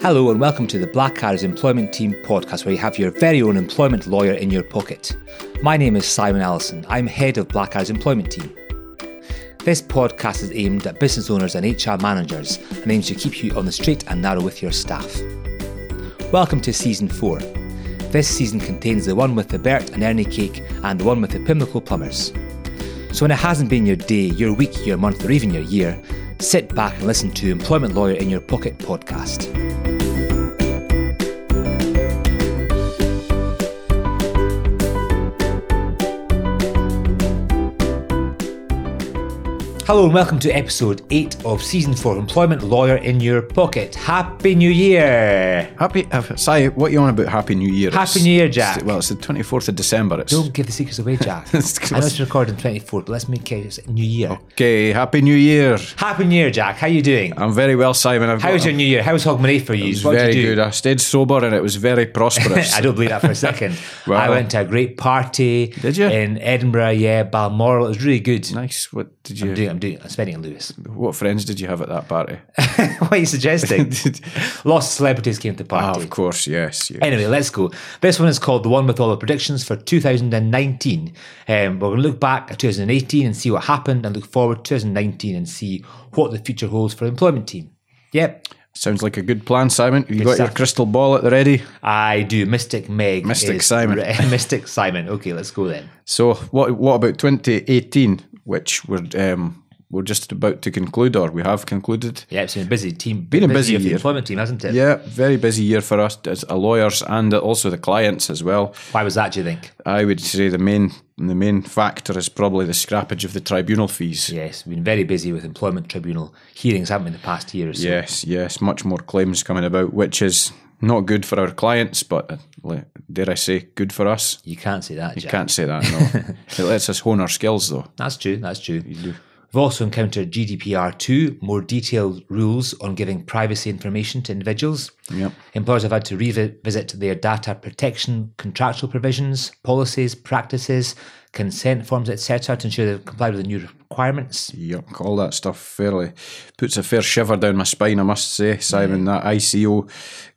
Hello and welcome to the Black Arrows Employment Team podcast, where you have your very own employment lawyer in your pocket. My name is Simon Allison. I'm head of Black Arrows Employment Team. This podcast is aimed at business owners and HR managers and aims to keep you on the straight and narrow with your staff. Welcome to season four. This season contains the one with the Bert and Ernie cake and the one with the Pimlico plumbers. So when it hasn't been your day, your week, your month, or even your year, sit back and listen to Employment Lawyer in Your Pocket podcast. Hello and welcome to episode 8 of season 4 Employment Lawyer in Your Pocket. Happy New Year! Happy, uh, Si, what you on about Happy New Year? Happy It's- New Year, it's Jack. the- well, it's the 24th of December. It's Don't give the secrets away, Jack. It's Oh. I know it's recorded in 24, but let's make it it's New Year. okay. Happy New Year. Happy New Year, Jack. How you doing? I'm very Oh, well, Simon. I've How was your New Year? How was Hogmanay for you? It was what very did you do? good. I stayed sober and it was very prosperous. I don't believe that for a second. Well- I went to a great party. Did you? in Edinburgh? Yeah, Balmoral. It was really good. nice. What did I'm you? doing. I'm doing. I'm spending on Lewis. What friends did you have at that party? what are you suggesting? Lots of celebrities came to the Ah, party. of course, yes. yes. Anyway, let's go. This one is called The One with All the Predictions for 2019. Um, we're going to look back at 2018 and see what happened and look forward to 2019 and see what the future holds for the employment team. Yep, Sounds like a good plan, Simon. You got your stuff. crystal ball at the ready. I do. Mystic Meg. Mystic is- Simon. Mystic Simon. Okay, let's go then. So, what what about 2018, which we're um, we're just about to conclude, or we have concluded? Yeah, it's been a busy team. Been a busy year for the year. employment team, hasn't it? Yeah, very busy year for us as a lawyers and also the clients as well. Why was that, do you think? I would say the main the main factor is probably the scrappage of the tribunal fees. Yes, we've been very busy with employment tribunal hearings, haven't we, in the past year or so? Yes, yes, much more claims coming about, which is not good for our clients, but uh, le- dare I say, good for us. You can't say that, Jack. Can't say that. No, it lets us hone our skills though. That's true. That's true. We've also encountered GDPR2, more detailed rules on giving privacy information to individuals. Yep. Employers have had to revisit their data protection contractual provisions, policies, practices, consent forms, etc., to ensure they've complied with the new requirements. Yuck, all that stuff fairly puts a fair shiver down my spine, I must say, Simon. That ICO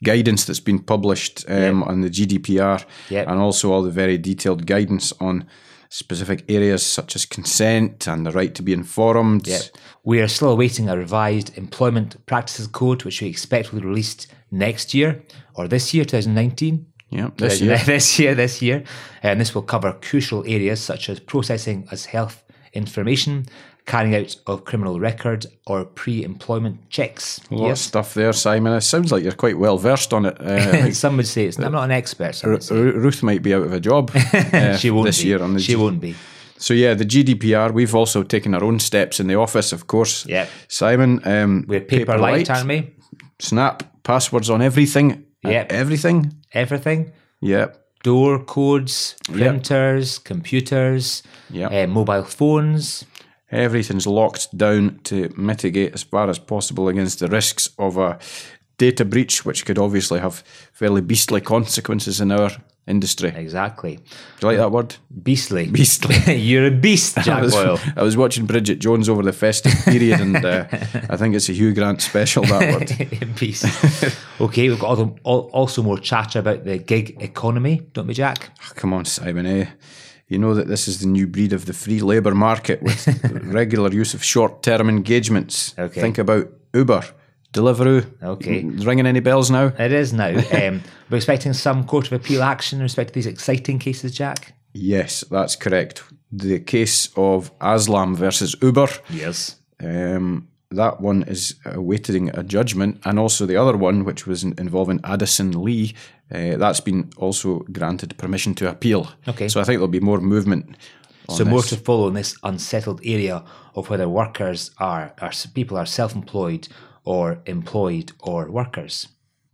guidance that's been published um, on the GDPR Yep. and also all the very detailed guidance on specific areas such as consent and the right to be informed. We are still awaiting a revised employment practices code, which we expect will be released next year or this year, 2019. Yep, this year. this year, this year. And this will cover crucial areas such as processing as health information, carrying out of criminal record or pre-employment checks. A lot of stuff there, Simon. It sounds like you're quite well versed on it. Uh, Yes. Some would say it's. I'm not an expert. Some would say. Ru- Ruth might be out of a job uh, She won't this be. year on the she won't be. So yeah, the GDPR. We've also taken our own steps in the office, of course. Yep. Simon. Um, We're paper, light, aren't we? Snap passwords on everything. Yep. Uh, Everything. Everything. Yep. Door codes, printers, computers, Yep. uh, mobile phones. Everything's locked down to mitigate as far as possible against the risks of a data breach, which could obviously have fairly beastly consequences in our industry. Do Exactly. you like that word? Beastly. Beastly. You're a beast, I Jack was, Boyle. I was watching Bridget Jones over the festive period, and uh, I think it's a Hugh Grant special. That word. Peace. okay, we've got all the, all, also more chatter about the gig economy, don't we, Jack? Come on, Simon, eh? You know that this is the new breed of the free labour market with regular use of short term engagements. Okay. Think about Uber, Deliveroo. Okay. Mm, Ringing any bells now? It is now. Um, we're expecting some court of appeal action in respect to these exciting cases, Jack. Yes, that's correct. The case of Aslam versus Uber. Yes. Um, that one is awaiting a judgment, and also the other one, which was in- involving Addison Lee, uh, that's been also granted permission to appeal. Okay. So I think there'll be more movement. on So more this. to follow in this unsettled area of whether workers are, are people are self-employed or employed or workers.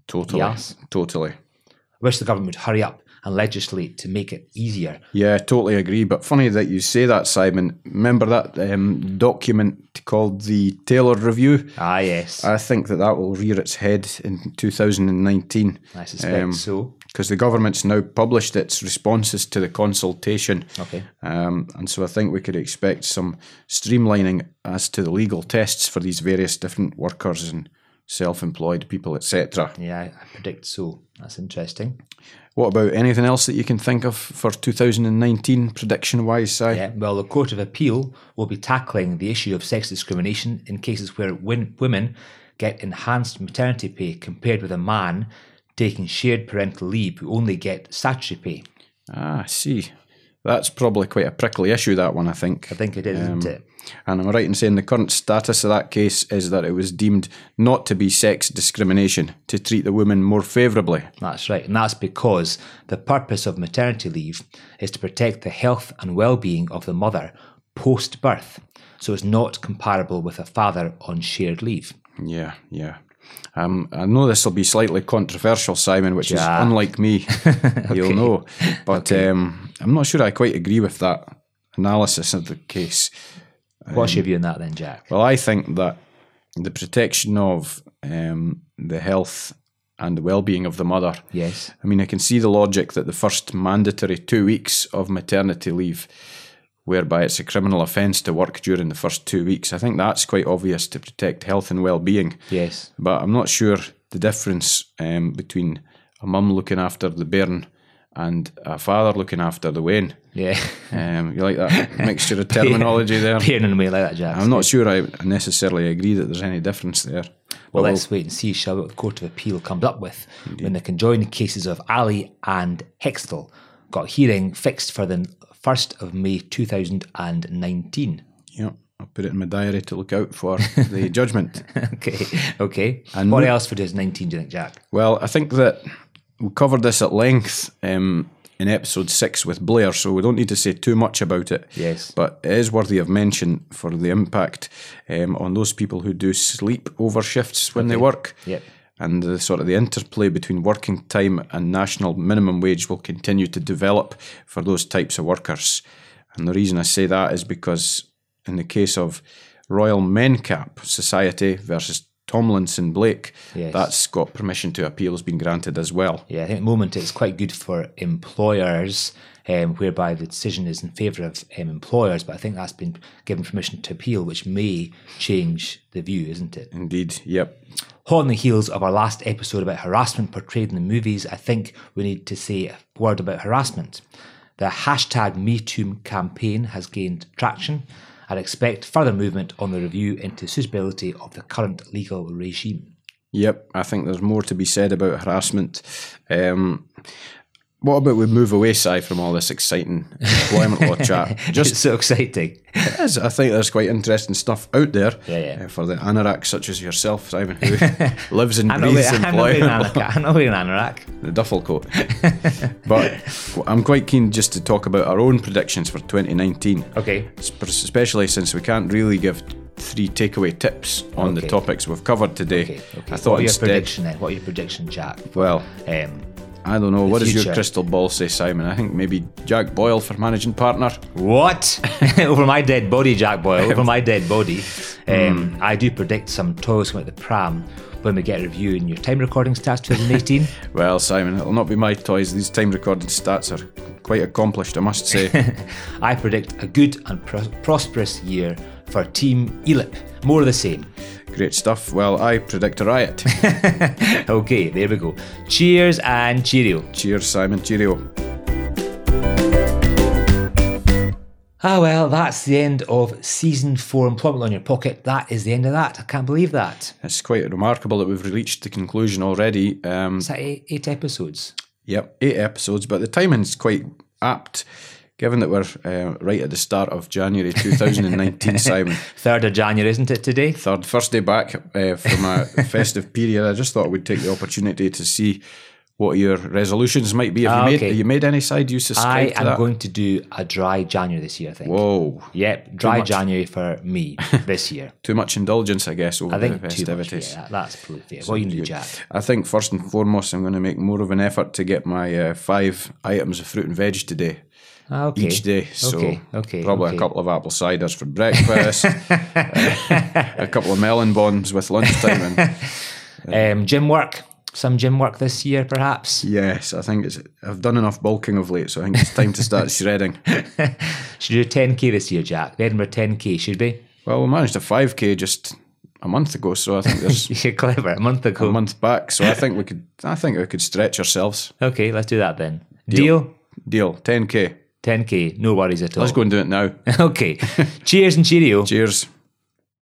totally, Yes. totally. I wish the government would hurry up and legislate to make it easier. Yeah, totally agree. But funny that you say that, Simon. Remember that um, document called the Taylor Review? Ah, yes. I think that that will rear its head in 2019 I suspect um, so. because the government's now published its responses to the consultation. Okay. Um, and so I think we could expect some streamlining as to the legal tests for these various different workers and self-employed people, etc. Yeah, I, I predict so. That's interesting. What about anything else that you can think of for 2019 prediction-wise? Si? Yeah, Uh, well, the Court of Appeal will be tackling the issue of sex discrimination in cases where win- women get enhanced maternity pay compared with a man taking shared parental leave who only get statutory pay. Ah, I see. That's probably quite a prickly issue. That one, I think. I think it is, isn't it? And I'm right in saying the current status of that case is that it was deemed not to be sex discrimination to treat the woman more favourably. That's right. And that's because the purpose of maternity leave is to protect the health and well being of the mother post birth. So it's not comparable with a father on shared leave. Yeah, yeah. Um, I know this will be slightly controversial, Simon, which Yeah. is unlike me. You'll know, but um, I'm not sure I quite agree with that analysis of the case. What's your view on that then, Jack? Well, I think that the protection of um, the health and the well-being of the mother. Yes. I mean, I can see the logic that the first mandatory two weeks of maternity leave, whereby it's a criminal offence to work during the first two weeks, I think that's quite obvious to protect health and well-being. Yes. But I'm not sure the difference um, between a mum looking after the bairn and a father looking after the wane. Yeah. Um, you like that mixture of terminology there? Peering in a way like that, Jack. um, I'm not sure I necessarily agree that there's any difference there. Well, let's wait and see, shall we, what the Court of Appeal comes up with when the conjoined cases of Ali and Hextall got a hearing fixed for the 1st of May 2019. Yeah, I'll put it in my diary to look out for the judgment. Okay, okay. And what else for 2019, do you think, Jack? Well, I think that we covered this at length um, in episode six with Blair, so we don't need to say too much about it. Yes. But it is worthy of mention for the impact um, on those people who do sleep over shifts when they work. Yep. And the sort of the interplay between working time and national minimum wage will continue to develop for those types of workers. And the reason I say that is because in the case of Royal Mencap Society versus Tomlinson Blake, Yes. that's got permission to appeal has been granted as well. Yeah, I think at the moment it's quite good for employers, um, whereby the decision is in favour of um, employers, but I think that's been given permission to appeal, which may change the view, isn't it? Indeed, yep. Hot on the heels of our last episode about harassment portrayed in the movies, I think we need to say a word about harassment. The hashtag MeToo campaign has gained traction and expect further movement on the review into suitability of the current legal regime. Yep, I think there's more to be said about harassment. Um, what about we move away, Si, from all this exciting employment law chat? Just It's so exciting. it is. I think there's quite interesting stuff out there Yeah, yeah. uh, for the anoraks such as yourself, Simon, who lives and I'm not breathes wearing I'm not wearing an employment law. anorak. I'm not wearing an anorak. the duffel coat. but I'm quite keen just to talk about our own predictions for 2019, Okay. sp- especially since we can't really give three takeaway tips on the Okay. topics we've covered today. okay. okay. I thought what your instead, prediction then? What your prediction, Jack? well, Um, I don't know. What does future. your crystal ball say, Simon? I think maybe Jack Boyle for managing partner. What? over my dead body, Jack Boyle. Over my dead body. Um, I do predict some toys coming at the pram when we get a review in your time recording stats 2018. Well, Simon, it'll not be my toys. These time recorded stats are quite accomplished, I must say. I predict a good and pros- prosperous year for Team Elip. More of the same. Great stuff. Well, I predict a riot. Okay, there we go. Cheers and cheerio. Cheers, Simon. Cheerio. Ah, well, that's the end of season four employment Law in your pocket. That is the end of that. I can't believe that. It's quite remarkable that we've reached the conclusion already. Um, Is that eight, eight episodes? Yep, eight episodes, but the timing's quite apt, given that we're uh, right at the start of January 2019, Simon. 3rd of January, isn't it today? Third, first day back uh, from a festive period. I just thought we'd take the opportunity to see what your resolutions might be. Have Ah, you made okay. have you made any side? Do you I subscribe to am that? going to do a dry January this year, I think. Whoa, Yep, dry January for me this year. too much indulgence, I guess, over I think too the much. festivities. Yeah, that- that's probably fair. What are you going to do, Jack? I think first and foremost, I'm going to make more of an effort to get my uh, five items of fruit and veg today. Ah, Okay. each day. So Okay, okay, probably okay. a couple of apple ciders for breakfast, uh, a couple of melon bombs with lunchtime. And Um, gym work. Some gym work this year, perhaps. yes, I think it's I've done enough bulking of late, so I think it's time to start shredding. Should do 10k this year, Jack. The Edinburgh 10k, should we? Well, we managed a five k just a month ago, so I think there's You're clever. A month a ago. month back. So I think we could I think we could stretch ourselves. Okay, let's do that then. Deal. Deal. Ten K. 10k. No worries at all. Let's go and do it now. Okay. Cheers and cheerio. Cheers.